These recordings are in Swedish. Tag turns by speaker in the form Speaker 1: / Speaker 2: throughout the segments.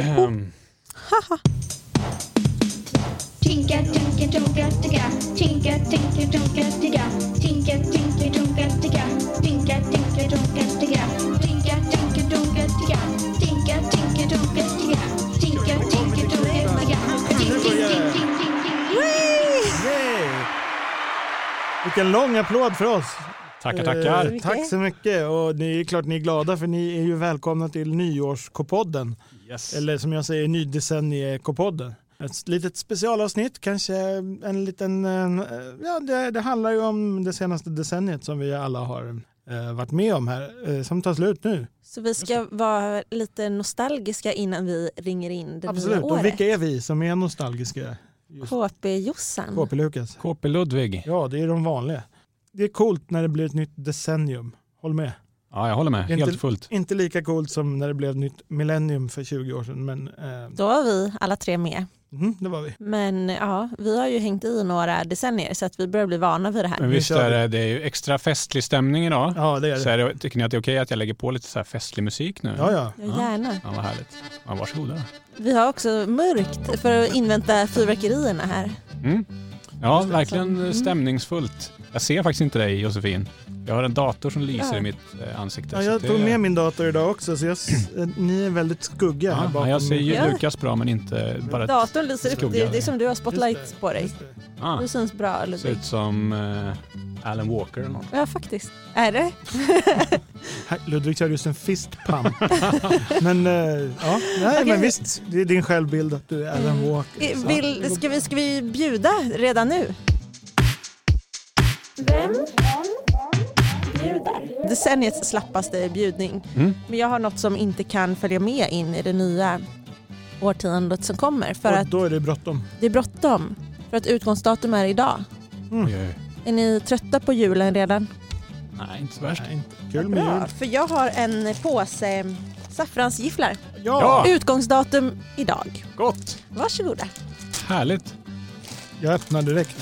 Speaker 1: Ehm,
Speaker 2: Tinka, tinka, tonka, ticka. Tinka, tinka, tonka, ticka. Tinka, tinka, tonka, ticka. Tinka, tinka, tonka, ticka. Tinka, tinka, tonka, ticka. Tinka, tinka, tonka, ticka. Tinka, tinka, tonka, ticka. Tink, tink, tink, tink, tink, tink.
Speaker 3: Yay! Vilken lång applåd för oss.
Speaker 1: tackar, tackar.
Speaker 3: Eh, tack så mycket. Och ni är klart ni är glada för ni är ju välkomna till nyårskopodden.
Speaker 1: Yes.
Speaker 3: Eller som jag säger nydecennie-kopodden. Ett litet specialavsnitt, kanske en liten... eh, Ja, det, det handlar ju om det senaste decenniet som vi alla har eh, varit med om här, eh, som tar slut nu.
Speaker 4: Så vi ska vara lite nostalgiska innan vi ringer in det
Speaker 3: Absolut.
Speaker 4: nya
Speaker 3: Och vilka
Speaker 4: året.
Speaker 3: är vi som är nostalgiska? Just
Speaker 4: KP-Jossan.
Speaker 3: KP-Lukas.
Speaker 1: KP Ludvig.
Speaker 3: Ja, det är de vanliga. Det är coolt när det blir ett nytt decennium. Håll med.
Speaker 1: Ja, jag håller med.
Speaker 3: Inte-
Speaker 1: Helt fullt.
Speaker 3: Inte lika coolt som när det blev ett nytt millennium för 20 år sedan, men eh,
Speaker 4: Då var vi alla tre med.
Speaker 3: mm, det var vi.
Speaker 4: Men ja, vi har ju hängt i några decennier så att vi börjar bli vana vid det här.
Speaker 1: Men
Speaker 3: Nu
Speaker 1: visst
Speaker 3: kör
Speaker 1: är
Speaker 3: vi.
Speaker 1: det, det är ju extra festlig stämning idag.
Speaker 3: Ja, det är
Speaker 1: Så
Speaker 3: det.
Speaker 1: är det, tycker ni att det är okej att jag lägger på lite så här festlig musik nu?
Speaker 3: Ja, ja.
Speaker 4: Ja, gärna.
Speaker 1: Ja, vad härligt. Ja, varsågoda.
Speaker 4: Vi har också mörkt för att invänta fyrverkerierna här.
Speaker 1: Mm. Ja,
Speaker 3: Mm.
Speaker 1: verkligen stämningsfullt. Jag ser faktiskt inte dig Josefin. Jag har en dator som lyser
Speaker 4: Ja.
Speaker 1: i mitt eh, ansikte.
Speaker 3: ja
Speaker 1: så
Speaker 3: jag
Speaker 1: det-
Speaker 3: tog med min dator idag också, så jag, s- eh, ni är väldigt skugga här
Speaker 1: Ja,
Speaker 3: bakom.
Speaker 1: jag ser ju
Speaker 4: Ja.
Speaker 1: Lukas bra men inte bara...
Speaker 4: Datorn lyser upp, det
Speaker 1: Skugga.
Speaker 4: är, det är som du har
Speaker 3: Just
Speaker 4: spotlight
Speaker 3: det,
Speaker 4: på dig.
Speaker 3: just det.
Speaker 1: Ah,
Speaker 4: Du syns bra
Speaker 1: ser
Speaker 4: Ludvig.
Speaker 1: ut som eh, Alan Walker eller något.
Speaker 4: Ja faktiskt. Är det?
Speaker 3: Här, Ludvig kör just en fist pump. men eh, ja, nej,
Speaker 4: Okej.
Speaker 3: men visst, det är din självbild att du är Alan
Speaker 4: Mm.
Speaker 3: Walker.
Speaker 4: Eh,
Speaker 3: så.
Speaker 4: Vill, ska, vi, ska vi bjuda redan nu?
Speaker 2: Vem?
Speaker 4: Decenniets slappaste bjudning.
Speaker 1: Mm.
Speaker 4: Men jag har något som inte kan följa med in i det nya årtiondet som kommer. För
Speaker 3: Och
Speaker 4: att
Speaker 3: då är det bråttom.
Speaker 4: det är bråttom. För att utgångsdatum är idag.
Speaker 1: Oj, oj, oj.
Speaker 4: Är ni trötta på julen redan?
Speaker 1: Nej, inte så värst.
Speaker 3: Nej, inte. Kul med jul.
Speaker 4: för jag har en påse saffransgifflar.
Speaker 1: Ja.
Speaker 4: Utgångsdatum idag.
Speaker 1: Gott!
Speaker 4: Varsågoda.
Speaker 1: Härligt.
Speaker 3: Jag öppnar direkt.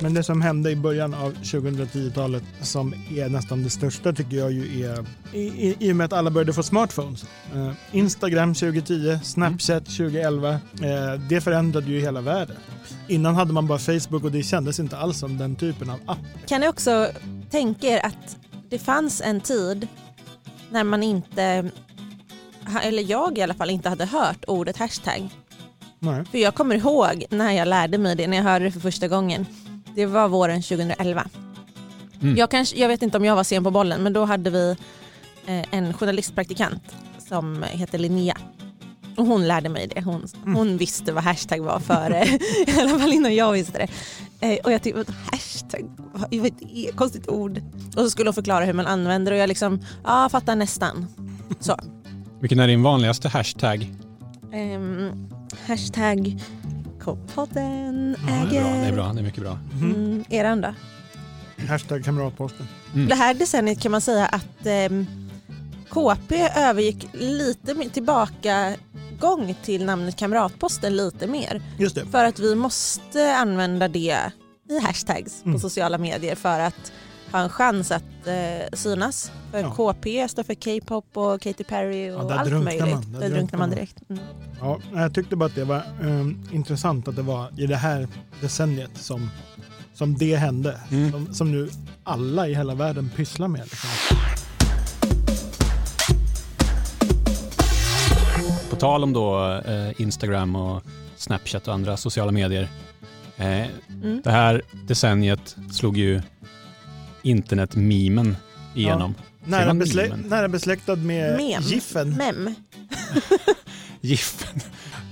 Speaker 3: Men det som hände i början av 2010-talet som är nästan det största tycker jag ju är i, i, i och med att alla började få smartphones. Eh, Instagram 2010, Snapchat 2011. Eh, det förändrade ju hela världen. Innan hade man bara Facebook och det kändes inte alls som den typen av app.
Speaker 4: Kan ni också tänka er att det fanns en tid när man inte, ha- eller jag i alla fall, inte hade hört ordet hashtag.
Speaker 3: Nej.
Speaker 4: För jag kommer ihåg när jag lärde mig det, när jag hörde det för första gången. Det var våren 2011.
Speaker 1: Mm.
Speaker 4: Jag, kanske, jag vet inte om jag var sen på bollen, men då hade vi eh, en journalistpraktikant som heter Linnea. Och hon lärde mig det. Hon,
Speaker 1: Mm.
Speaker 4: hon visste vad hashtag var före, i alla fall innan jag visste det. Eh, och jag tyckte, "Vad- hashtag, vad vad är det? Konstigt ord. Och så skulle hon förklara hur man använder det och jag liksom, ja fattar nästan. Så.
Speaker 1: Vilken är din vanligaste hashtag?
Speaker 4: Ehm, hashtag K-podden
Speaker 1: Det är bra, det är
Speaker 4: äger.
Speaker 1: bra, det är mycket bra.
Speaker 4: Mm, eran då?
Speaker 3: Hashtag kamratposten.
Speaker 4: Det här decenniet kan man säga att ehm, KP övergick lite mer tillbaka gång till namnet Kamratposten lite mer.
Speaker 3: Just det.
Speaker 4: För att vi måste använda det i hashtags
Speaker 3: Mm.
Speaker 4: på sociala medier för att ha en chans att eh, synas. För
Speaker 3: Ja.
Speaker 4: KP står för K-pop och Katy Perry och
Speaker 3: där
Speaker 4: allt
Speaker 3: drunknar
Speaker 4: möjligt.
Speaker 3: man, där
Speaker 4: där drunknar
Speaker 3: drunknar
Speaker 4: man
Speaker 3: man.
Speaker 4: direkt. Mm.
Speaker 3: Ja, jag tyckte bara att det var ehm, intressant att det var i det här decenniet som, som det hände.
Speaker 1: Mm.
Speaker 3: Som, som nu alla i hela världen pysslar med. Liksom.
Speaker 1: På tal om då eh, Instagram och Snapchat och andra sociala medier. Eh,
Speaker 4: Mm.
Speaker 1: det här decenniet slog ju internetmimen igenom.
Speaker 3: Nära,
Speaker 1: man
Speaker 3: beslä,
Speaker 1: memen?
Speaker 3: nära besläktad med
Speaker 4: Mem.
Speaker 3: giffen.
Speaker 4: Mem.
Speaker 1: Giffen.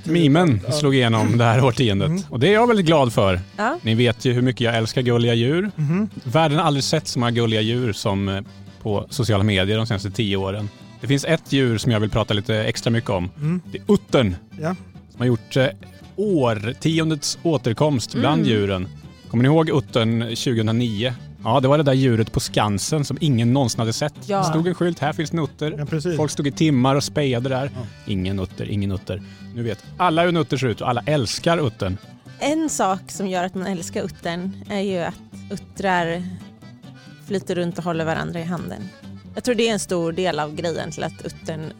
Speaker 1: Mimen slog igenom det här årtiondet.
Speaker 3: Mm.
Speaker 1: Och det är jag väldigt glad för.
Speaker 4: Ja.
Speaker 1: Ni vet ju hur mycket jag älskar gulliga djur.
Speaker 3: Mhm.
Speaker 1: Världen har aldrig sett så många gulliga djur som eh, på sociala medier de senaste tio åren. Det finns ett djur som jag vill prata lite extra mycket om.
Speaker 3: Mm.
Speaker 1: Det är uttern.
Speaker 3: Ja.
Speaker 1: Som har gjort eh, årtiondets återkomst bland
Speaker 4: Mm.
Speaker 1: djuren. Kommer ni ihåg uttern 2009? Ja, det var det där djuret på Skansen som ingen någonsin hade sett.
Speaker 4: Ja.
Speaker 1: Det stod en skylt, här finns en utter.
Speaker 3: ja, precis.
Speaker 1: Folk stod i timmar och spejade där.
Speaker 3: Ja.
Speaker 1: Ingen utter, ingen utter. Nu vet alla hur en utter ser ut och alla älskar uttern.
Speaker 4: En sak som gör att man älskar uttern är ju att uttrar flyter runt och håller varandra i handen. Jag tror det är en stor del av grejen till att uttern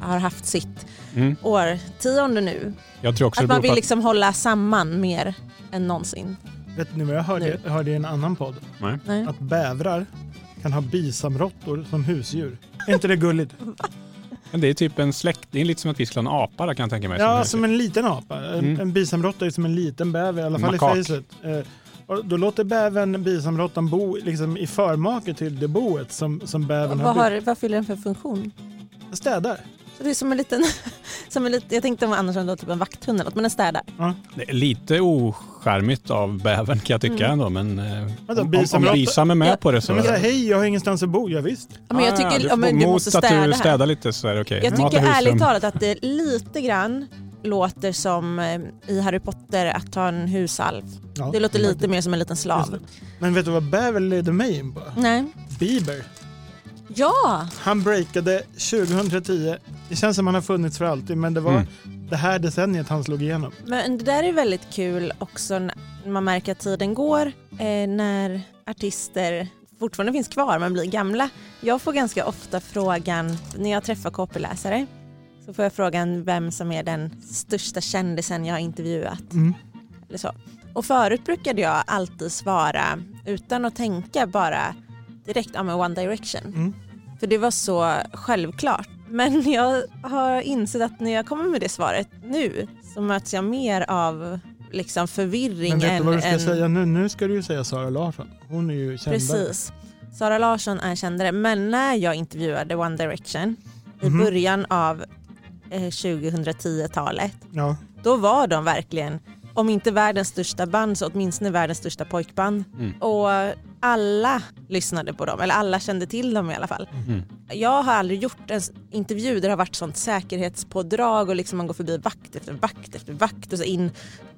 Speaker 4: har haft sitt
Speaker 1: Mm.
Speaker 4: årtionde nu.
Speaker 1: Jag tror också
Speaker 4: Att man
Speaker 1: det beror
Speaker 4: vill
Speaker 1: på att...
Speaker 4: liksom hålla samman mer än någonsin.
Speaker 3: Vet ni vad jag hörde,
Speaker 4: Nu.
Speaker 3: hörde i en annan podd?
Speaker 1: Nej.
Speaker 4: Nej.
Speaker 3: Att bävrar kan ha bisamråttor som husdjur. Är inte det gulligt?
Speaker 1: Men det är typ en släkt, det är lite som att vi skulle ha en apa där kan jag tänka mig.
Speaker 3: Ja,
Speaker 1: här.
Speaker 3: som en liten apa. En,
Speaker 1: Mm.
Speaker 3: en bisamråtta är som en liten bäver, i alla
Speaker 1: En
Speaker 3: fall
Speaker 1: makak.
Speaker 3: i fejset. Eh, och då låter bävern bisamråttan bo liksom, i förmaket till det boet som, som bävern har,
Speaker 4: Vad, har, vad fyller den för funktion?
Speaker 3: byggt. Städar.
Speaker 4: Så det är som en liten, som en lit, jag tänkte om annars om det var typ en vakthund eller något, men den städar.
Speaker 1: Det är lite oskärmigt av bävern kan jag
Speaker 4: Mm.
Speaker 1: tycka ändå, men eh,
Speaker 3: Vadå,
Speaker 1: om, om, om
Speaker 3: bisamråtta?
Speaker 1: Bisam är med på det så...
Speaker 3: Så. Men, så här, Hej, jag har ingenstans att bo. Ja, visst.
Speaker 4: Ja, Men jag
Speaker 1: Ah,
Speaker 4: tycker
Speaker 1: du
Speaker 4: ja, men
Speaker 1: får-
Speaker 4: du
Speaker 1: mot
Speaker 4: måste
Speaker 1: att
Speaker 4: städa.
Speaker 1: du
Speaker 4: här.
Speaker 1: städar lite så är det okej.
Speaker 4: Jag
Speaker 1: Mata
Speaker 4: tycker
Speaker 1: husrum.
Speaker 4: ärligt talat att det lite grann låter som eh, i Harry Potter att ha en husalv.
Speaker 3: Ja,
Speaker 4: Det låter lite
Speaker 3: faktiskt.
Speaker 4: mer som en liten slav.
Speaker 3: Just Men vet du vad bäver ledde mig in på?
Speaker 4: Nej.
Speaker 3: Bieber.
Speaker 4: Mm. Ja!
Speaker 3: Han breakade 2010. Det känns som han har funnits för alltid, men det var
Speaker 1: Mm.
Speaker 3: det här decenniet han slog igenom.
Speaker 4: Men det där är väldigt kul också när man märker att tiden går eh, när artister fortfarande finns kvar men blir gamla. Jag får ganska ofta frågan när jag träffar KP-läsare så får jag frågan vem som är den största kändisen jag har intervjuat.
Speaker 3: Mm.
Speaker 4: Eller så. Och förut brukade jag alltid svara utan att tänka bara direkt, ja men One Direction.
Speaker 3: Mm.
Speaker 4: För det var så självklart. Men jag har insett att när jag kommer med det svaret nu så möts jag mer av liksom förvirring
Speaker 3: Men vet
Speaker 4: än...
Speaker 3: du vad du ska
Speaker 4: än-
Speaker 3: säga nu? Nu ska du ju säga Sara Larsson. Hon är ju kändare.
Speaker 4: Precis. Sara Larsson är kändare. Men när jag intervjuade One Direction i
Speaker 3: Mhm.
Speaker 4: början av eh, 2010-talet
Speaker 3: Ja.
Speaker 4: då var de verkligen, om inte världens största band så åtminstone världens största pojkband.
Speaker 1: Mm.
Speaker 4: Och alla lyssnade på dem, eller alla kände till dem i alla fall.
Speaker 1: Mm.
Speaker 4: Jag har aldrig gjort en s- intervju där det har varit sånt säkerhetspådrag och liksom man går förbi vakt efter vakt efter vakt och så in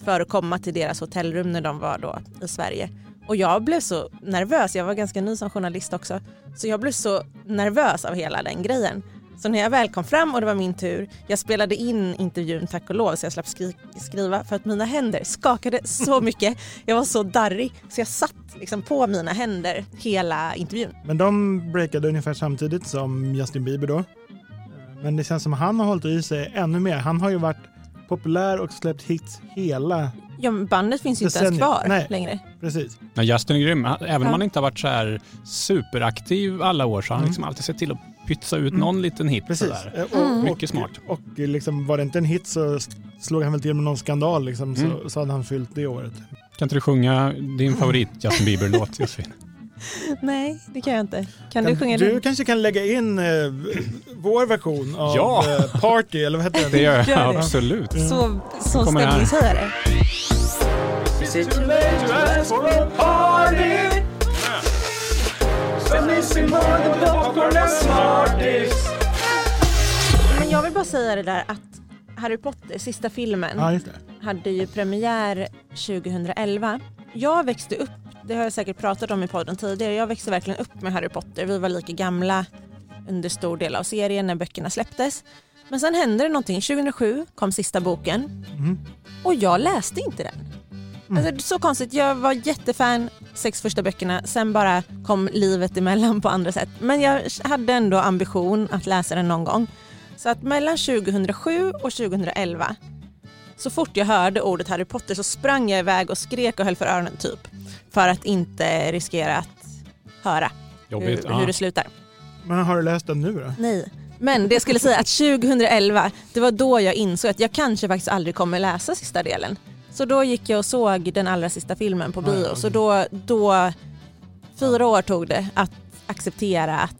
Speaker 4: för att komma till deras hotellrum när de var då i Sverige. Och jag blev så nervös, jag var ganska ny som journalist också, så jag blev så nervös av hela den grejen. Så när jag väl kom fram och det var min tur, jag spelade in intervjun tack och lov så jag slapp skri- skriva för att mina händer skakade så mycket, jag var så darrig så jag satt liksom på mina händer hela intervjun.
Speaker 3: Men de breakade ungefär samtidigt som Justin Bieber då. Men det känns som han har hållit i sig ännu mer. Han har ju varit populär och släppt hits hela...
Speaker 4: Ja, men bandet finns ju inte ens
Speaker 3: Decennier.
Speaker 4: kvar
Speaker 3: Nej.
Speaker 4: längre.
Speaker 3: Precis.
Speaker 1: Ja, Justin är grym. Han- Även om
Speaker 4: Ja.
Speaker 1: han inte har varit så här superaktiv alla år så har han
Speaker 3: Mm.
Speaker 1: liksom alltid sett till att pytsa ut
Speaker 3: Mm.
Speaker 1: någon liten hit.
Speaker 3: Precis.
Speaker 1: Sådär.
Speaker 3: Eh, Och,
Speaker 4: Mm.
Speaker 1: Mycket smart.
Speaker 3: Och, och liksom, var det inte en hit så slog han väl till med någon skandal liksom, så,
Speaker 1: Mm.
Speaker 3: så hade han fyllt det året.
Speaker 1: Kan inte du sjunga din favorit Justin Bieber-låt Josefin?
Speaker 4: Nej, det kan jag inte. Kan du sjunga
Speaker 3: du
Speaker 4: den?
Speaker 3: kanske kan lägga in eh, vår version av
Speaker 1: Ja.
Speaker 3: eh, Party, eller vad heter
Speaker 1: Det
Speaker 3: den?
Speaker 1: gör
Speaker 4: Gör
Speaker 1: jag
Speaker 4: det.
Speaker 1: absolut.
Speaker 4: Så, så
Speaker 1: Kommer här.
Speaker 4: stämningshöjare. Men jag vill bara säga det där att Harry Potter, sista filmen,
Speaker 3: Ja, just det.
Speaker 4: hade ju premiär 2011. Jag växte upp, det har jag säkert pratat om i podden tidigare, jag växte verkligen upp med Harry Potter. Vi var lika gamla under stor del av serien när böckerna släpptes. Men sen hände det någonting. 2007 kom sista boken.
Speaker 3: Mm.
Speaker 4: Och jag läste inte den. Alltså, det är så konstigt, jag var jättefan sex första böckerna, sen bara kom livet emellan på andra sätt. Men jag hade ändå ambition att läsa den någon gång. Så att mellan 2007 och 2011, så fort jag hörde ordet Harry Potter så sprang jag iväg och skrek och höll för öronen typ. För att inte riskera att höra
Speaker 1: Jobbigt.
Speaker 4: hur,
Speaker 1: Ja.
Speaker 4: hur det slutar.
Speaker 3: Men har du läst den nu då?
Speaker 4: Nej. Men det jag skulle säga att 2011, det var då jag insåg att jag kanske faktiskt aldrig kommer läsa sista delen. Så då gick jag och såg den allra sista filmen på
Speaker 3: Ja, ja,
Speaker 4: bio. Så
Speaker 3: okej.
Speaker 4: då, då, fyra år tog det att acceptera att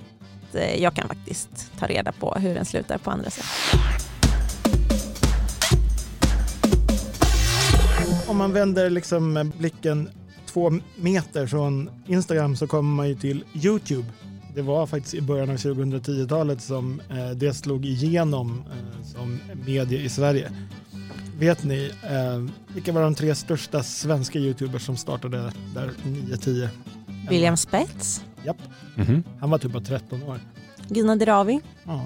Speaker 4: eh, jag kan faktiskt ta reda på hur den slutar på andra sätt.
Speaker 3: Om man vänder liksom blicken två meter från Instagram så kommer man ju till Youtube. Det var faktiskt i början av 2010-talet som eh, det slog igenom eh, som medie i Sverige. Vet ni eh, vilka var de tre största svenska Youtubers som startade där 9-10?
Speaker 4: William Spets,
Speaker 1: Mhm.
Speaker 3: Han var typ bara 13 år.
Speaker 4: Gina Dirawi,
Speaker 3: Ja.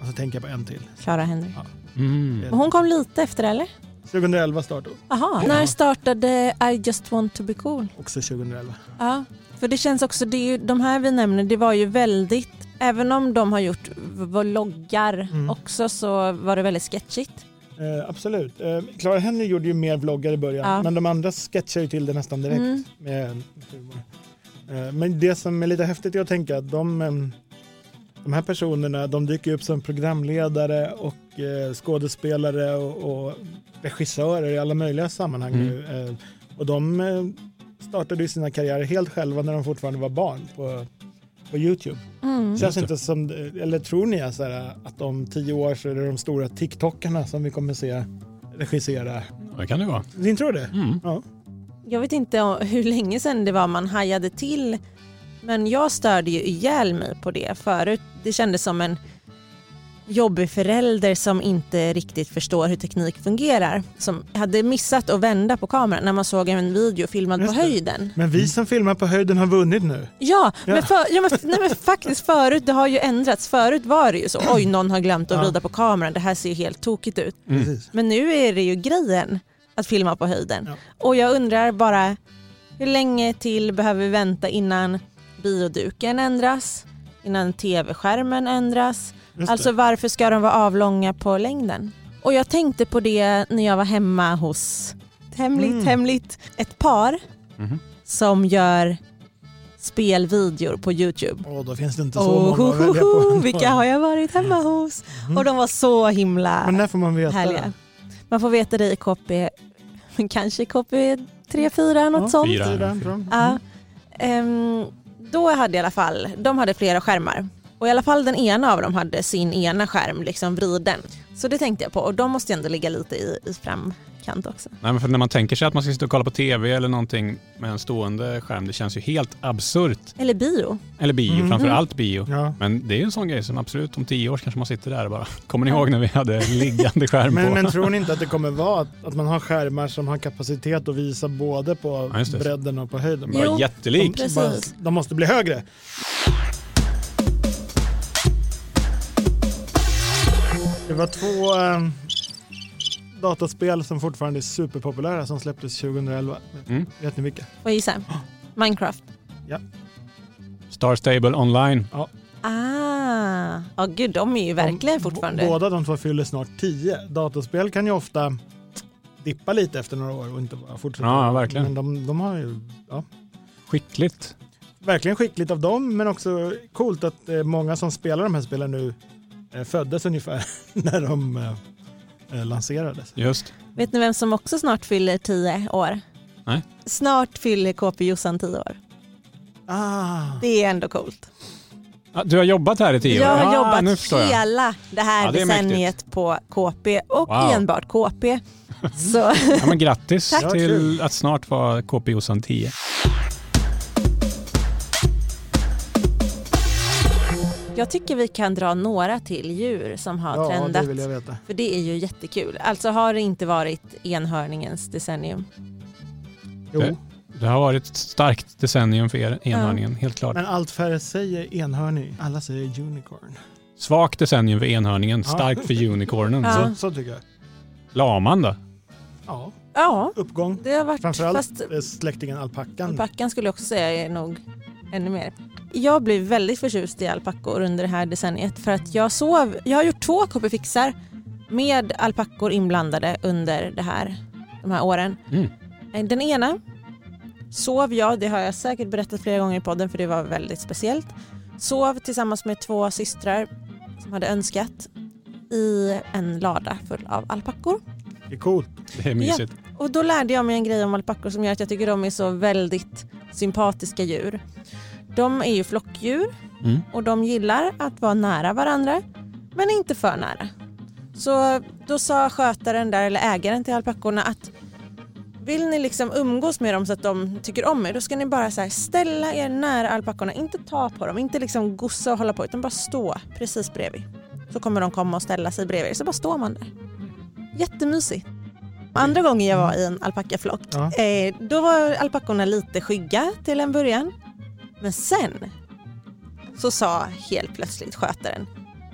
Speaker 3: Och så tänker jag på en till. Eh,
Speaker 4: Clara Henry.
Speaker 1: Mm.
Speaker 4: Men hon kom lite efter eller?
Speaker 3: 2011 startade
Speaker 4: Aha.
Speaker 3: Ja.
Speaker 4: När startade I just want to be cool?
Speaker 3: också 2011.
Speaker 4: Ja, för det känns också, det är ju, de här vi nämner, det var ju väldigt Även om de har gjort v- vloggar
Speaker 3: Mm.
Speaker 4: också så var det väldigt sketchigt.
Speaker 3: Eh, absolut. Eh, Clara Henry gjorde ju mer vloggar i början,
Speaker 4: Ja.
Speaker 3: men de andra sketchar ju till det nästan direkt
Speaker 4: Mm.
Speaker 3: med humor. Eh, men det som är lite häftigt är att tänka att de, ehm, de här personerna de dyker ju upp som programledare och eh, skådespelare och, och regissörer i alla möjliga sammanhang
Speaker 1: Mm.
Speaker 3: nu. Eh, och de eh, startade ju sina karriärer helt själva när de fortfarande var barn på, på Youtube.
Speaker 4: Mm.
Speaker 3: Känns
Speaker 1: Just det.
Speaker 3: inte som, eh, eller tror ni så här, att om tio år så är det de stora TikTokarna som vi kommer se regissera?
Speaker 1: Det kan det vara.
Speaker 3: Ni tror det?
Speaker 1: Mm.
Speaker 4: Jag vet inte o- hur länge sedan det var man hajade till men jag störde ju ihjäl mig på det förut. Det kändes som en jobbig förälder som inte riktigt förstår hur teknik fungerar. Som hade missat att vända på kameran när man såg en video filmad
Speaker 3: Just
Speaker 4: på
Speaker 3: det.
Speaker 4: höjden.
Speaker 3: Men
Speaker 1: Mm.
Speaker 3: vi som filmar på höjden har vunnit nu.
Speaker 4: Ja,
Speaker 3: Ja.
Speaker 4: men, för, ja men, nej, men faktiskt förut, det har ju ändrats. Förut var det ju så, oj någon har glömt att
Speaker 3: Ja.
Speaker 4: vrida på kameran, det här ser ju helt tokigt ut.
Speaker 1: Mm.
Speaker 3: Precis.
Speaker 4: Men nu är det ju grejen att filma på höjden.
Speaker 3: Ja.
Speaker 4: Och jag undrar bara, hur länge till behöver vi vänta innan bioduken ändras? Innan tv-skärmen ändras?
Speaker 3: Just
Speaker 4: Alltså varför ska de vara avlånga på längden? Och jag tänkte på det när jag var hemma hos, hemligt,
Speaker 3: Mm.
Speaker 4: hemligt, ett par
Speaker 1: Mhm.
Speaker 4: som gör spelvideor på Youtube.
Speaker 3: det. Åh, då finns det inte så
Speaker 4: Oh,
Speaker 3: många att välja på.
Speaker 4: vilka har jag varit hemma hos?
Speaker 3: Mm.
Speaker 4: Och de var så himla
Speaker 3: Men när får man veta?
Speaker 4: härliga. Man får veta det i KP, men kanske i KP 3-4 något
Speaker 3: Ja,
Speaker 4: sånt.
Speaker 1: fyra.
Speaker 3: Fyra, tror jag.
Speaker 4: Ja. Ehm, då hade i alla fall, de hade flera skärmar och i alla fall den ena av dem hade sin ena skärm liksom vriden. Så det tänkte jag på och de måste ju ändå ligga lite i, i framkant också.
Speaker 1: Nej, men för när man tänker sig att man ska sitta och kolla på tv eller någonting med en stående skärm, det känns ju helt absurt.
Speaker 4: Eller bio.
Speaker 1: Eller bio,
Speaker 3: Mm.
Speaker 1: framför allt bio.
Speaker 3: Ja.
Speaker 1: Men det är ju en sån grej som absolut om tio år kanske man sitter där och bara, kommer ni ihåg när vi hade liggande skärm på?
Speaker 3: Men, men tror ni inte att det kommer vara att, att man har skärmar som har kapacitet att visa både på
Speaker 1: Ja, just det.
Speaker 3: bredden och på höjden?
Speaker 1: Bara
Speaker 4: Jo.
Speaker 1: jättelik.
Speaker 4: Precis.
Speaker 3: Bara, de måste bli högre. Det var två eh, dataspel som fortfarande är superpopulära som släpptes 2011.
Speaker 1: Mm.
Speaker 3: Vet ni vilka?
Speaker 4: Får jag gissa? Minecraft.
Speaker 1: Star Stable Online.
Speaker 4: Ah, ja gud de är ju verkligen
Speaker 3: De-
Speaker 4: fortfarande.
Speaker 3: b- Båda de två fyller snart 10. Dataspel kan ju ofta dippa lite efter några år och inte bara fortsätta.
Speaker 1: Ja, verkligen.
Speaker 3: Men de, de har ju
Speaker 1: Skickligt.
Speaker 3: verkligen skickligt av dem men också coolt att eh, många som spelar de här spelen nu eh, föddes ungefär när de eh, eh, lanserades.
Speaker 1: Just.
Speaker 4: Vet ni vem som också snart fyller 10 år?
Speaker 1: Nej.
Speaker 4: Snart fyller KP Jossan 10 år.
Speaker 3: Ah.
Speaker 4: Det är ändå coolt.
Speaker 1: Ah, Du har jobbat här i tio år?
Speaker 4: Jag har
Speaker 1: Ah, nu
Speaker 4: jobbat
Speaker 1: förstår jag.
Speaker 4: hela det här
Speaker 1: Ja, det är
Speaker 4: decenniet på KP och
Speaker 1: Wow.
Speaker 4: enbart KP. Så
Speaker 1: Ja, men grattis
Speaker 4: Tack.
Speaker 1: till
Speaker 3: kul.
Speaker 1: att snart vara KP Jossan 10.
Speaker 4: jag tycker vi kan dra några till djur som har
Speaker 3: Ja, det
Speaker 4: trendat.
Speaker 3: vill jag veta.
Speaker 4: För det är ju jättekul. Alltså har det inte varit enhörningens decennium.
Speaker 1: Det-
Speaker 3: Jo,
Speaker 1: Det har varit ett starkt decennium för er, enhörningen, helt klart.
Speaker 3: men allt färre säger enhörning. Alla säger unicorn.
Speaker 1: Svagt decennium för enhörningen,
Speaker 3: Ja.
Speaker 1: starkt för unicornen.
Speaker 4: Ja.
Speaker 1: Så,
Speaker 3: Så, så tycker jag.
Speaker 1: laman då?
Speaker 3: Ja,
Speaker 4: Ja,
Speaker 3: uppgång.
Speaker 4: det har varit.
Speaker 3: Framförallt
Speaker 4: Fast
Speaker 3: eh, släktingen alpackan.
Speaker 4: alpackan skulle jag också säga är nog ännu mer. Jag blev väldigt förtjust i alpackor under det här decenniet för att jag sov. Jag har gjort två KP-fixar med alpackor inblandade under det här, de här åren.
Speaker 1: Mm.
Speaker 4: Eh, Den ena sov jag, det har jag säkert berättat flera gånger i podden för det var väldigt speciellt. Sov tillsammans med två systrar som hade önskat i en lada full av alpackor.
Speaker 3: Det är coolt.
Speaker 1: Det är mysigt.
Speaker 4: Och då lärde jag mig en grej om alpackor som gör att jag tycker de är så väldigt sympatiska djur. De är ju flockdjur
Speaker 1: Mm.
Speaker 4: och de gillar att vara nära varandra men inte för nära. Så då sa skötaren där, eller ägaren till alpackorna att vill ni liksom umgås med dem så att de tycker om er då ska ni bara så här ställa er nära alpackorna, inte ta på dem, inte liksom gossa och hålla på utan bara stå precis bredvid. Så kommer de komma och ställa sig bredvid er så bara står man där. Jättemysigt. Andra gången jag var i en alpackaflock
Speaker 3: Ja.
Speaker 4: eh, då var alpackorna lite skygga till en början. Men sen så sa helt plötsligt skötaren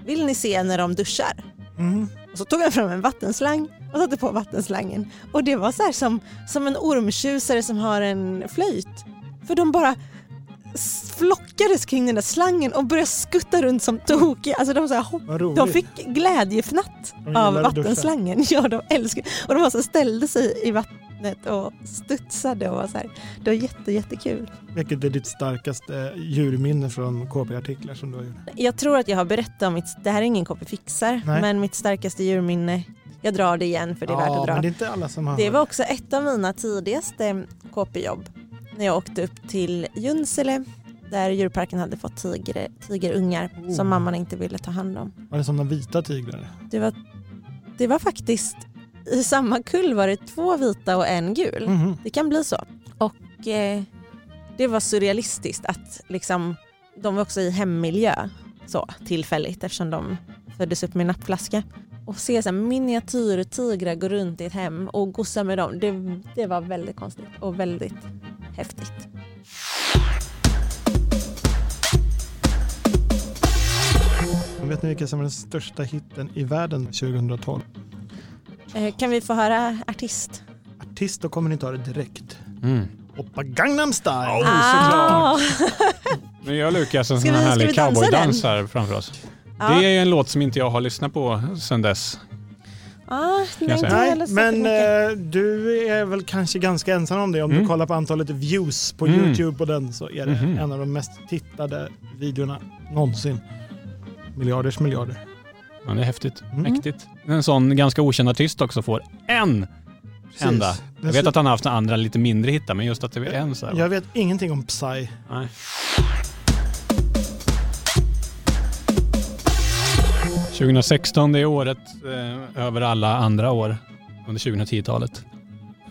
Speaker 4: Vill ni se när de duschar?
Speaker 3: Mm.
Speaker 4: Och så tog han fram en vattenslang och satte på vattenslangen. Och det var så här som, som en ormtjusare som har en flöjt. För de bara s- flockades kring den där slangen och började skutta runt som tokiga. Alltså de, så här, hopp-
Speaker 3: Vad roligt.
Speaker 4: de fick glädjefnatt
Speaker 3: De gillar
Speaker 4: av
Speaker 3: att duscha.
Speaker 4: vattenslangen. Ja, de älskade. Och de var så här, ställde sig i vattnet och studsade och var så här. Det var jätte, jättekul.
Speaker 3: Vilket är ditt starkaste eh, djurminne från KP-artiklar som du har gjort?
Speaker 4: Jag tror att jag har berättat om mitt, det här är ingen KP fixar,
Speaker 3: Nej.
Speaker 4: men mitt starkaste djurminne, jag drar det igen för det är värt att dra.
Speaker 3: men det är inte alla som har.
Speaker 4: Det var också ett av mina tidigaste KP-jobb när jag åkte upp till Junsele där djurparken hade fått tiger, tigerungar
Speaker 3: Oh.
Speaker 4: som mamman inte ville ta hand om.
Speaker 3: var det som de vita tigrarna?
Speaker 4: Det var, det var faktiskt i samma kull var det två vita och en gul.
Speaker 3: Mhm.
Speaker 4: Det kan bli så. Och eh, det var surrealistiskt att liksom, de var också i hemmiljö så tillfälligt eftersom de föddes upp med nappflaska. Och se så här miniatyrtigrar gå runt i ett hem och gossa med dem. Det, det var väldigt konstigt och väldigt häftigt.
Speaker 3: Vet ni vilka som var den största hitten i världen 2012?
Speaker 4: Eh, kan vi få höra artist?
Speaker 3: Artist och kommunitör direkt.
Speaker 1: Mm.
Speaker 3: Oppa Gangnam Style!
Speaker 4: Ah!
Speaker 1: Nu gör Lukas en
Speaker 4: Ska
Speaker 1: sån här
Speaker 4: vi- ska vi
Speaker 1: härlig
Speaker 4: dansa
Speaker 1: cowboydans
Speaker 4: den?
Speaker 1: här framför oss.
Speaker 4: Ja.
Speaker 1: Det är en låt som inte jag har lyssnat på sedan dess.
Speaker 4: Ah, nej,
Speaker 1: säga.
Speaker 4: inte
Speaker 3: Nej,
Speaker 4: heller så
Speaker 3: men
Speaker 4: mycket.
Speaker 3: eh, du är väl kanske ganska ensam om det. Om du
Speaker 1: Mm.
Speaker 3: kollar på antalet views på
Speaker 1: Mm.
Speaker 3: YouTube på den så är det
Speaker 1: Mhm.
Speaker 3: en av de mest tittade videorna någonsin. Miljarders miljarder.
Speaker 1: Ja, det är häftigt.
Speaker 3: Mm.
Speaker 1: Mäktigt. En sån ganska okänd artist också får en.
Speaker 3: Precis.
Speaker 1: Enda. Jag
Speaker 3: Den
Speaker 1: vet
Speaker 3: slu-
Speaker 1: att han har haft andra lite mindre hittar, men just att det är en så här.
Speaker 3: jag vet ingenting om Psy.
Speaker 1: Nej. ...2016 det är året eh, över alla andra år under 2010-talet.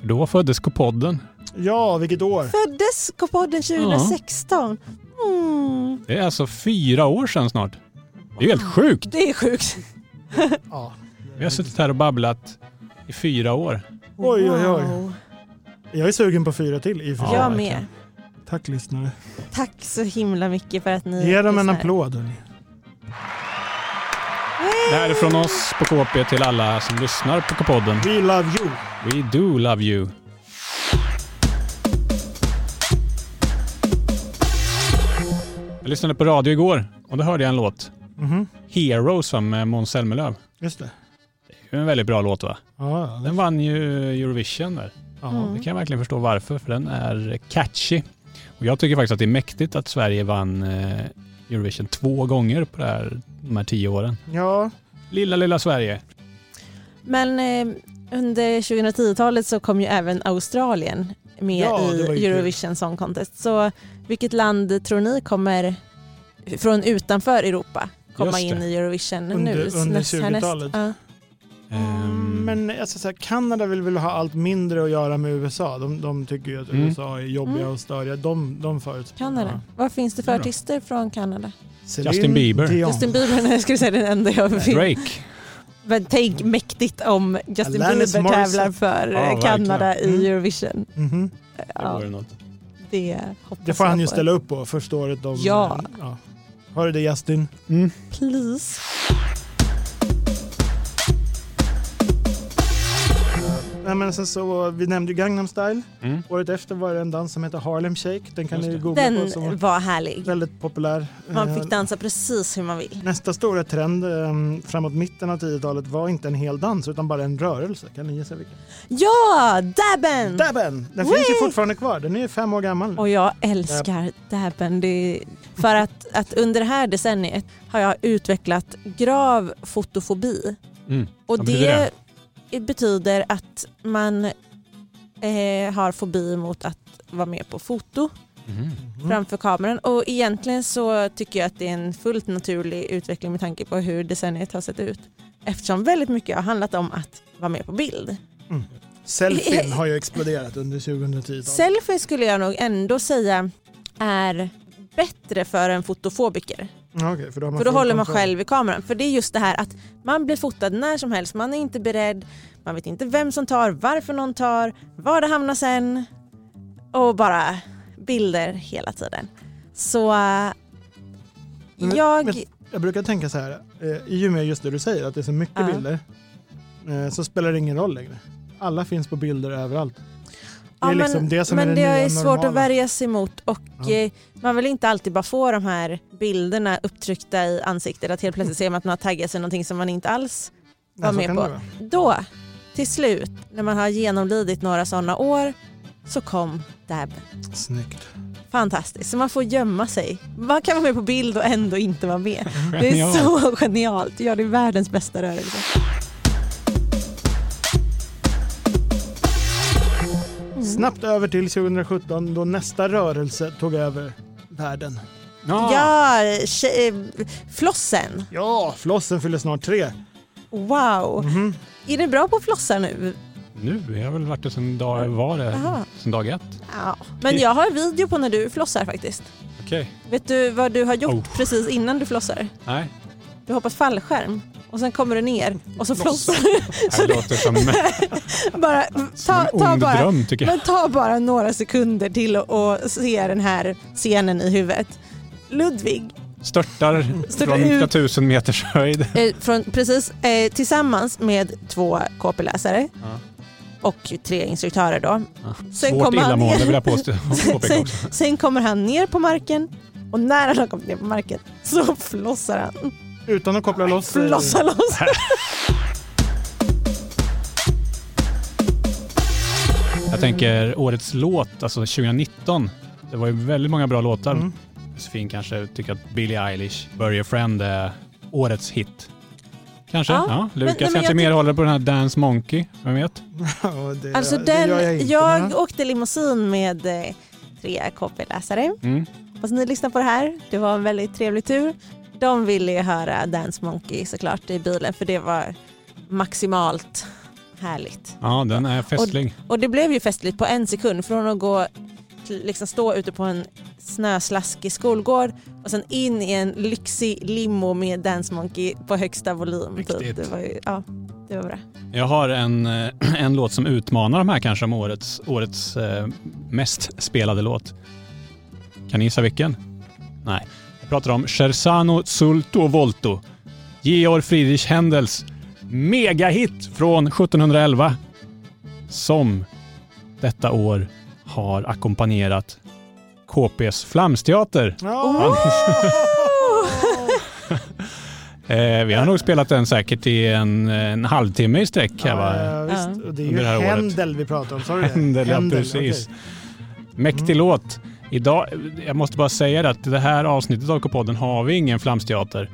Speaker 1: Då föddes K-podden.
Speaker 3: Ja, vilket år.
Speaker 4: Föddes K-podden 2016? Mm,
Speaker 1: Det är alltså fyra år sedan snart. Det är ju helt sjukt!
Speaker 4: det är sjukt.
Speaker 3: Ja.
Speaker 1: Vi har suttit här och babblat i fyra år.
Speaker 3: Oj, oj, oj.
Speaker 4: Wow.
Speaker 3: Jag är sugen på fyra till i och för sig.
Speaker 1: Ja,
Speaker 4: Jag
Speaker 1: verkligen.
Speaker 4: med.
Speaker 3: Tack lyssnare.
Speaker 4: Tack så himla mycket för att ni
Speaker 3: Ge dem en
Speaker 4: lyssnar.
Speaker 3: applåd. hörni.
Speaker 1: Det här är från oss på KP till alla som lyssnar på K-podden.
Speaker 3: We love you.
Speaker 1: We do love you. Jag lyssnade på radio igår och då hörde jag en låt.
Speaker 3: Mhm.
Speaker 1: Hero som eh, Måns Zelmerlöw.
Speaker 3: Just det.
Speaker 1: Det är en väldigt bra låt va?
Speaker 3: Ja,
Speaker 1: Den
Speaker 3: den,
Speaker 1: vann ju Eurovision där.
Speaker 3: ja.
Speaker 4: Mm.
Speaker 1: Det kan jag verkligen förstå varför, för den är catchy. Och jag tycker faktiskt att det är mäktigt att Sverige vann eh, Eurovision två gånger på det här, de här tio åren.
Speaker 3: ja.
Speaker 1: Lilla, lilla Sverige.
Speaker 4: Men eh, under 2010-talet så kom ju även Australien med
Speaker 3: Ja, det var ju
Speaker 4: i
Speaker 3: kul.
Speaker 4: Eurovision Song Contest. Så vilket land tror ni kommer från utanför Europa komma
Speaker 1: Just det.
Speaker 4: in i Eurovision
Speaker 3: Under-
Speaker 4: nu?
Speaker 3: under
Speaker 4: Näst- härnäst?
Speaker 3: 20-talet.
Speaker 4: Ja.
Speaker 1: Ehm,
Speaker 3: Men alltså, så här, Kanada vill väl ha allt mindre att göra med USA. De, de tycker ju att
Speaker 1: Mm.
Speaker 3: USA är jobbiga
Speaker 4: Mm.
Speaker 3: och störiga. De, de förut.
Speaker 4: Kanada.
Speaker 3: Ja.
Speaker 4: Vad finns det
Speaker 1: Det
Speaker 4: för
Speaker 1: är bra.
Speaker 4: artister från Kanada?
Speaker 3: Celine
Speaker 1: Justin Bieber.
Speaker 3: Dion.
Speaker 4: Justin Bieber, nej, jag skulle säga den enda jag vill.
Speaker 1: Drake.
Speaker 4: Men tänk mäktigt om Justin
Speaker 3: Alanis
Speaker 4: Bieber
Speaker 3: Morissette.
Speaker 4: tävlar för
Speaker 1: Ja,
Speaker 4: eh,
Speaker 1: verkligen.
Speaker 4: Kanada
Speaker 3: Mm.
Speaker 4: i Eurovision.
Speaker 3: Mhm.
Speaker 1: Det
Speaker 4: Ja,
Speaker 1: vore något.
Speaker 4: det hoppas
Speaker 3: Det får han
Speaker 4: jag
Speaker 3: ju
Speaker 4: på.
Speaker 3: ställa upp på första året. De,
Speaker 4: Alltså, Ja.
Speaker 3: ja. Hör du det Justin?
Speaker 1: Mm.
Speaker 4: Please.
Speaker 3: Nej, men sen så, vi nämnde ju Gangnam style.
Speaker 1: Mm.
Speaker 3: Året efter var det en dans som heter Harlem Shake. Den kan
Speaker 1: Just
Speaker 3: ni
Speaker 1: det.
Speaker 3: googla på.
Speaker 4: Den
Speaker 3: Som var
Speaker 4: var härlig.
Speaker 3: väldigt populär.
Speaker 4: Man
Speaker 3: Eh,
Speaker 4: fick dansa precis hur man vill.
Speaker 3: Nästa stora trend eh, framåt mitten av 10-talet var inte en hel dans utan bara en rörelse. Kan ni gissa vilken?
Speaker 4: Ja, dabben!
Speaker 3: Dabben! Den
Speaker 4: Wee!
Speaker 3: finns ju fortfarande kvar. Den är ju fem år gammal. nu.
Speaker 4: Och jag älskar dabben. Det för att, att under det här decenniet har jag utvecklat grav fotofobi.
Speaker 1: Mm.
Speaker 4: Och
Speaker 1: Vad
Speaker 4: det,
Speaker 1: betyder
Speaker 4: betyder att man eh, har fobi mot att vara med på foto
Speaker 1: Mhm.
Speaker 3: Mm.
Speaker 4: framför kameran. Och egentligen så tycker jag att det är en fullt naturlig utveckling med tanke på hur decenniet har sett ut. Eftersom väldigt mycket har handlat om att vara med på bild.
Speaker 3: Selfien har ju exploderat under 2010-talet.
Speaker 4: Selfie skulle jag nog ändå säga är bättre för en fotofobiker.
Speaker 3: Ja, okej, för då, har
Speaker 4: För då
Speaker 3: full
Speaker 4: håller man
Speaker 3: kontroll.
Speaker 4: själv i kameran. För det är just det här att man blir fotad när som helst. Man är inte beredd. Man vet inte vem som tar, varför någon tar, var det hamnar sen. Och bara bilder hela tiden. Så eh,
Speaker 3: Men-
Speaker 4: jag...
Speaker 3: men- Jag brukar tänka så här, eh, i och med just det du säger, att det är så mycket
Speaker 4: Ja.
Speaker 3: bilder, eh, så spelar det ingen roll längre. Alla finns på bilder överallt. Det är liksom det som
Speaker 4: men
Speaker 3: är det,
Speaker 4: det
Speaker 3: nya
Speaker 4: är svårt
Speaker 3: normala.
Speaker 4: att värja sig emot och
Speaker 3: Ja.
Speaker 4: eh, man vill inte alltid bara få de här bilderna upptryckta i ansiktet att helt plötsligt ser man att man har taggat sig i någonting som man inte alls
Speaker 3: Nej,
Speaker 4: vara
Speaker 3: så
Speaker 4: med
Speaker 3: kan
Speaker 4: på.
Speaker 3: det vara.
Speaker 4: Då, till slut, när man har genomlidit några sådana år så kom dab.
Speaker 3: Snyggt.
Speaker 4: Fantastiskt, så man får gömma sig. Man kan vara med på bild och ändå inte vara med.
Speaker 1: Mm.
Speaker 4: Det är
Speaker 1: Genialt.
Speaker 4: så genialt. Ja, det är världens bästa rörelse.
Speaker 3: Snabbt över till 2017 då nästa rörelse tog över världen. Ah.
Speaker 1: Ja.
Speaker 4: Ja, tje- eh, flossen.
Speaker 3: Ja, flossen fyller snart tre.
Speaker 4: Wow.
Speaker 3: Mhm.
Speaker 4: Är du bra på flossar nu?
Speaker 1: Nu, jag har väl varit det sedan dag, var det,
Speaker 4: Aha.
Speaker 1: sedan dag ett.
Speaker 4: Ja. Men jag har video på när du flossar faktiskt.
Speaker 1: Okej.
Speaker 4: Vet du vad du har gjort
Speaker 1: Oh.
Speaker 4: precis innan du flossar?
Speaker 1: Nej,
Speaker 4: Du hoppat fallskärm och sen kommer du ner och så
Speaker 1: Flossar.
Speaker 4: flossar
Speaker 1: det här låter som,
Speaker 4: du. Bara,
Speaker 1: som
Speaker 4: ta,
Speaker 1: en
Speaker 4: ta,
Speaker 1: ond
Speaker 4: bara,
Speaker 1: dröm tycker jag.
Speaker 4: men ta bara några sekunder till att- att se den här scenen i huvudet. Ludvig,
Speaker 1: Störtar
Speaker 4: Störtar
Speaker 1: från
Speaker 4: ut.
Speaker 1: 8000 meters höjd.
Speaker 4: eh, från, precis eh, tillsammans med två KP-läsare
Speaker 1: Ja.
Speaker 4: och tre instruktörer då.
Speaker 1: Ja.
Speaker 4: Sen
Speaker 1: Svårt
Speaker 4: kommer han
Speaker 1: illamående
Speaker 4: ner.
Speaker 1: vill jag påstå. påpeka
Speaker 4: Sen,
Speaker 1: också.
Speaker 4: sen kommer han ner på marken och när han har kommit ner på marken så flossar han.
Speaker 3: Utan att koppla loss. eh,
Speaker 4: Flossar loss.
Speaker 1: Jag tänker årets låt, alltså 2019. Det var ju väldigt många bra låtar.
Speaker 3: Mm.
Speaker 1: Josefin kanske tycker att Billie Eilish, Börje Friend är årets hit. Kanske?
Speaker 4: Ja,
Speaker 1: Ja.
Speaker 4: men-
Speaker 1: Lukas
Speaker 4: nej, men
Speaker 1: kanske
Speaker 4: jag
Speaker 1: mer håller på den här Dance Monkey, vem vet?
Speaker 3: Ja, det,
Speaker 4: Alltså
Speaker 3: det
Speaker 4: den,
Speaker 3: gör
Speaker 4: jag,
Speaker 3: inte, men-
Speaker 4: åkte limousin med eh, tre KP-läsare.
Speaker 1: Mm.
Speaker 4: Hoppas ni lyssnar på det här. Det var en väldigt trevlig tur. De ville ju höra Dance Monkey såklart i bilen för det var maximalt härligt.
Speaker 1: Ja, den är festlig.
Speaker 4: Och det blev ju festligt på en sekund från att gå liksom stå ute på en snöslaskig skolgård och sen in i en lyxig limo med Dance Monkey på högsta volym. typ.
Speaker 1: Riktigt.
Speaker 4: Det var ju, ja, det var bra.
Speaker 1: Jag har en, eh, en låt som utmanar de här kanske om årets, årets eh, mest spelade låt. Kan ni gissa vilken? Nej. Jag pratar om Scherzano Sulto Volto. Georg Friedrich Händels megahit från 1711 som detta år har ackompanjerat KPs Flamsteater.
Speaker 3: Ja.
Speaker 1: Eh, vi har nog spelat den säkert i en, en halvtimme i sträck. här, va?
Speaker 3: Ja, visst. Och Det är ju
Speaker 1: Under det här året.
Speaker 3: Händel vi pratar om, sa du det?
Speaker 1: Händel, ja,
Speaker 3: Händel,
Speaker 1: precis.
Speaker 3: okej.
Speaker 1: Mäktig
Speaker 3: Mm.
Speaker 1: låt. Idag, jag måste bara säga det att det här avsnittet av K-podden har vi ingen flamsteater.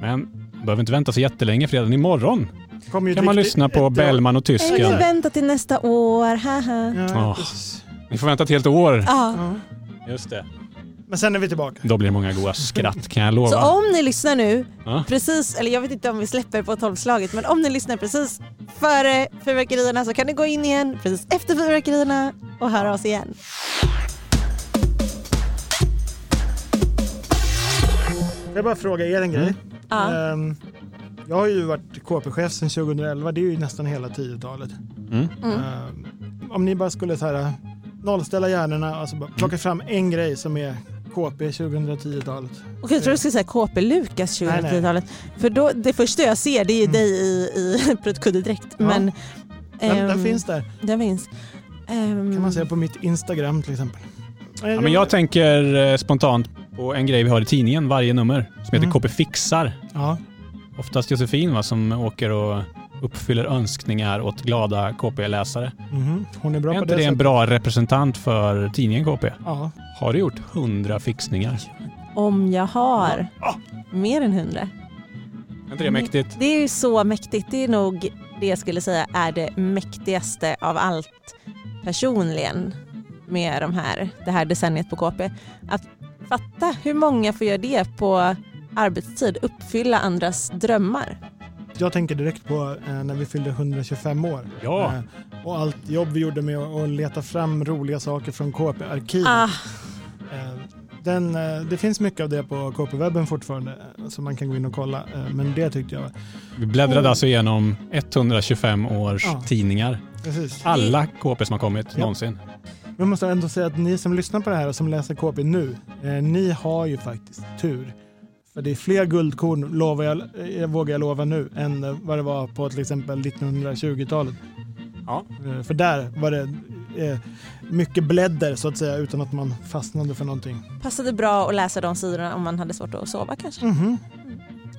Speaker 1: Men man behöver inte vänta så jättelänge för redan imorgon
Speaker 3: Kommer ju
Speaker 1: kan
Speaker 3: ett
Speaker 1: man
Speaker 3: riktigt-
Speaker 1: lyssna på
Speaker 3: ett-
Speaker 1: Bellman och
Speaker 4: Jag vill
Speaker 1: tysken.
Speaker 4: vänta till nästa år, haha.
Speaker 3: Ja,
Speaker 1: Åh.
Speaker 3: precis.
Speaker 1: Ni får vänta ett helt år.
Speaker 4: Ja.
Speaker 3: Ja.
Speaker 1: Just det.
Speaker 3: Men sen är vi tillbaka.
Speaker 1: Då blir det många goda skratt kan jag
Speaker 4: Så
Speaker 1: lova.
Speaker 4: om ni lyssnar nu,
Speaker 1: Ja.
Speaker 4: precis, eller jag vet inte om vi släpper på tolvslaget, men om ni lyssnar precis före fyrverkerierna så kan ni gå in igen precis efter fyrverkerierna och höra oss igen.
Speaker 3: Får jag bara fråga er en grej?
Speaker 4: Mm. Ja.
Speaker 1: Eh,
Speaker 3: Ehm, jag har ju varit KP-chef sedan 2011, det är ju nästan hela 10-talet.
Speaker 1: Mm.
Speaker 4: Mm.
Speaker 3: Ehm, om ni bara skulle så här, äh, nollställa hjärnorna, alltså bara plocka fram en grej som är KP 2010-talet.
Speaker 4: Och jag tror du skulle säga KP-Lukas
Speaker 3: Nej, nej.
Speaker 4: 2010-talet. För då, det första jag ser det är ju
Speaker 3: Mm.
Speaker 4: dig i, i pruttkudde-dräkt.
Speaker 3: Ja.
Speaker 4: Men,
Speaker 3: Den,
Speaker 4: ehm,
Speaker 3: den finns där,
Speaker 4: Den finns. Ehm,
Speaker 3: kan man se på mitt Instagram till exempel.
Speaker 1: Ja, men jag tänker eh, spontant på en grej vi har i tidningen varje nummer som heter
Speaker 3: Mm.
Speaker 1: KP Fixar.
Speaker 3: ja.
Speaker 1: Oftast Josefin va, som åker och uppfyller önskningar åt glada KP-läsare.
Speaker 3: mhm. Hon är bra
Speaker 1: Är
Speaker 3: på
Speaker 1: inte
Speaker 3: det.
Speaker 1: det en
Speaker 3: sättet.
Speaker 1: bra representant för tidningen KP?
Speaker 3: Ja.
Speaker 1: Har du gjort hundra fixningar?
Speaker 4: Om jag har mer än hundra.
Speaker 1: Är inte det
Speaker 3: Mm.
Speaker 1: mäktigt?
Speaker 4: Det är ju så mäktigt. Det är nog det jag skulle säga är det mäktigaste av allt personligen med de här, det här decenniet på KP. Att fatta hur många får göra det på arbetstid, uppfylla andras drömmar.
Speaker 3: Jag tänker direkt på eh, när vi fyllde 125 år.
Speaker 1: Ja.
Speaker 3: Eh, och allt jobb vi gjorde med att att leta fram roliga saker från KP-arkivet.
Speaker 4: Ah,
Speaker 3: Eh, Den, eh, det finns mycket av det på KP-webben fortfarande eh, som man kan gå in och kolla. eh, Men det tyckte jag var...
Speaker 1: Vi bläddrade alltså igenom 125 års
Speaker 3: Mm. Ja.
Speaker 1: tidningar.
Speaker 3: Precis.
Speaker 1: Alla KP som har kommit
Speaker 3: Ja.
Speaker 1: någonsin.
Speaker 3: Men jag måste ändå säga att ni som lyssnar på det här och som läser KP nu, eh, ni har ju faktiskt tur. För det är fler guldkorn, lovar jag, eh, vågar jag lova nu, än eh, vad det var på till exempel 1920-talet.
Speaker 1: Ja.
Speaker 3: Eh, För där var det eh, mycket blädder så att säga utan att man fastnade för någonting.
Speaker 4: Passade bra att läsa de sidorna om man hade svårt att sova kanske.
Speaker 3: Mhm.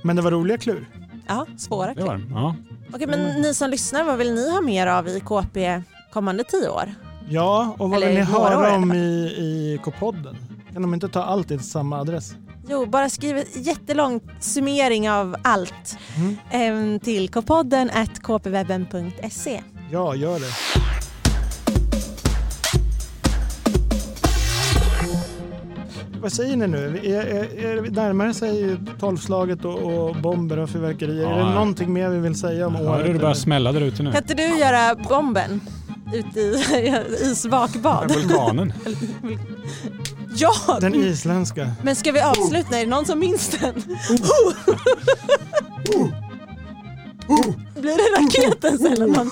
Speaker 3: Men det var roliga klur.
Speaker 4: Ja, svåra
Speaker 1: Det
Speaker 4: klipp.
Speaker 1: var den. Ja.
Speaker 4: Okej, men ni som lyssnar, vad vill ni ha mer av i KP kommande tio år?
Speaker 3: Ja, och vad
Speaker 4: Eller
Speaker 3: vill ni
Speaker 4: några år i
Speaker 3: höra
Speaker 4: alla
Speaker 3: om
Speaker 4: fall.
Speaker 3: i, i K-podden? Kan de inte ta allt i samma adress?
Speaker 4: Jo, bara skriv en jättelång summering av allt
Speaker 3: Mm.
Speaker 4: em, till kpodden at kpwebben.se.
Speaker 3: Ja, gör det. Vad säger ni nu? Är, är, är det närmare sig tolvslaget och, och bomber och fyrverkerier?
Speaker 1: Ja.
Speaker 3: Är det någonting mer vi vill säga om
Speaker 1: Hör
Speaker 3: året?
Speaker 1: du det
Speaker 3: eller?
Speaker 1: börjar smälla där ute nu?
Speaker 4: Kan inte du göra bomben ute i
Speaker 1: Med
Speaker 4: isvakbad?
Speaker 1: Vulkanen.
Speaker 4: Ja!
Speaker 3: Den isländska.
Speaker 4: Men ska vi avsluta? Är det någon som minns den? Blir det raketen sen när man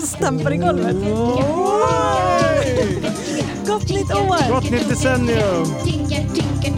Speaker 4: stampar i golvet?
Speaker 3: Oj!
Speaker 4: Gott nytt år!
Speaker 3: Gott nytt decennium!
Speaker 2: Tinka, tinka,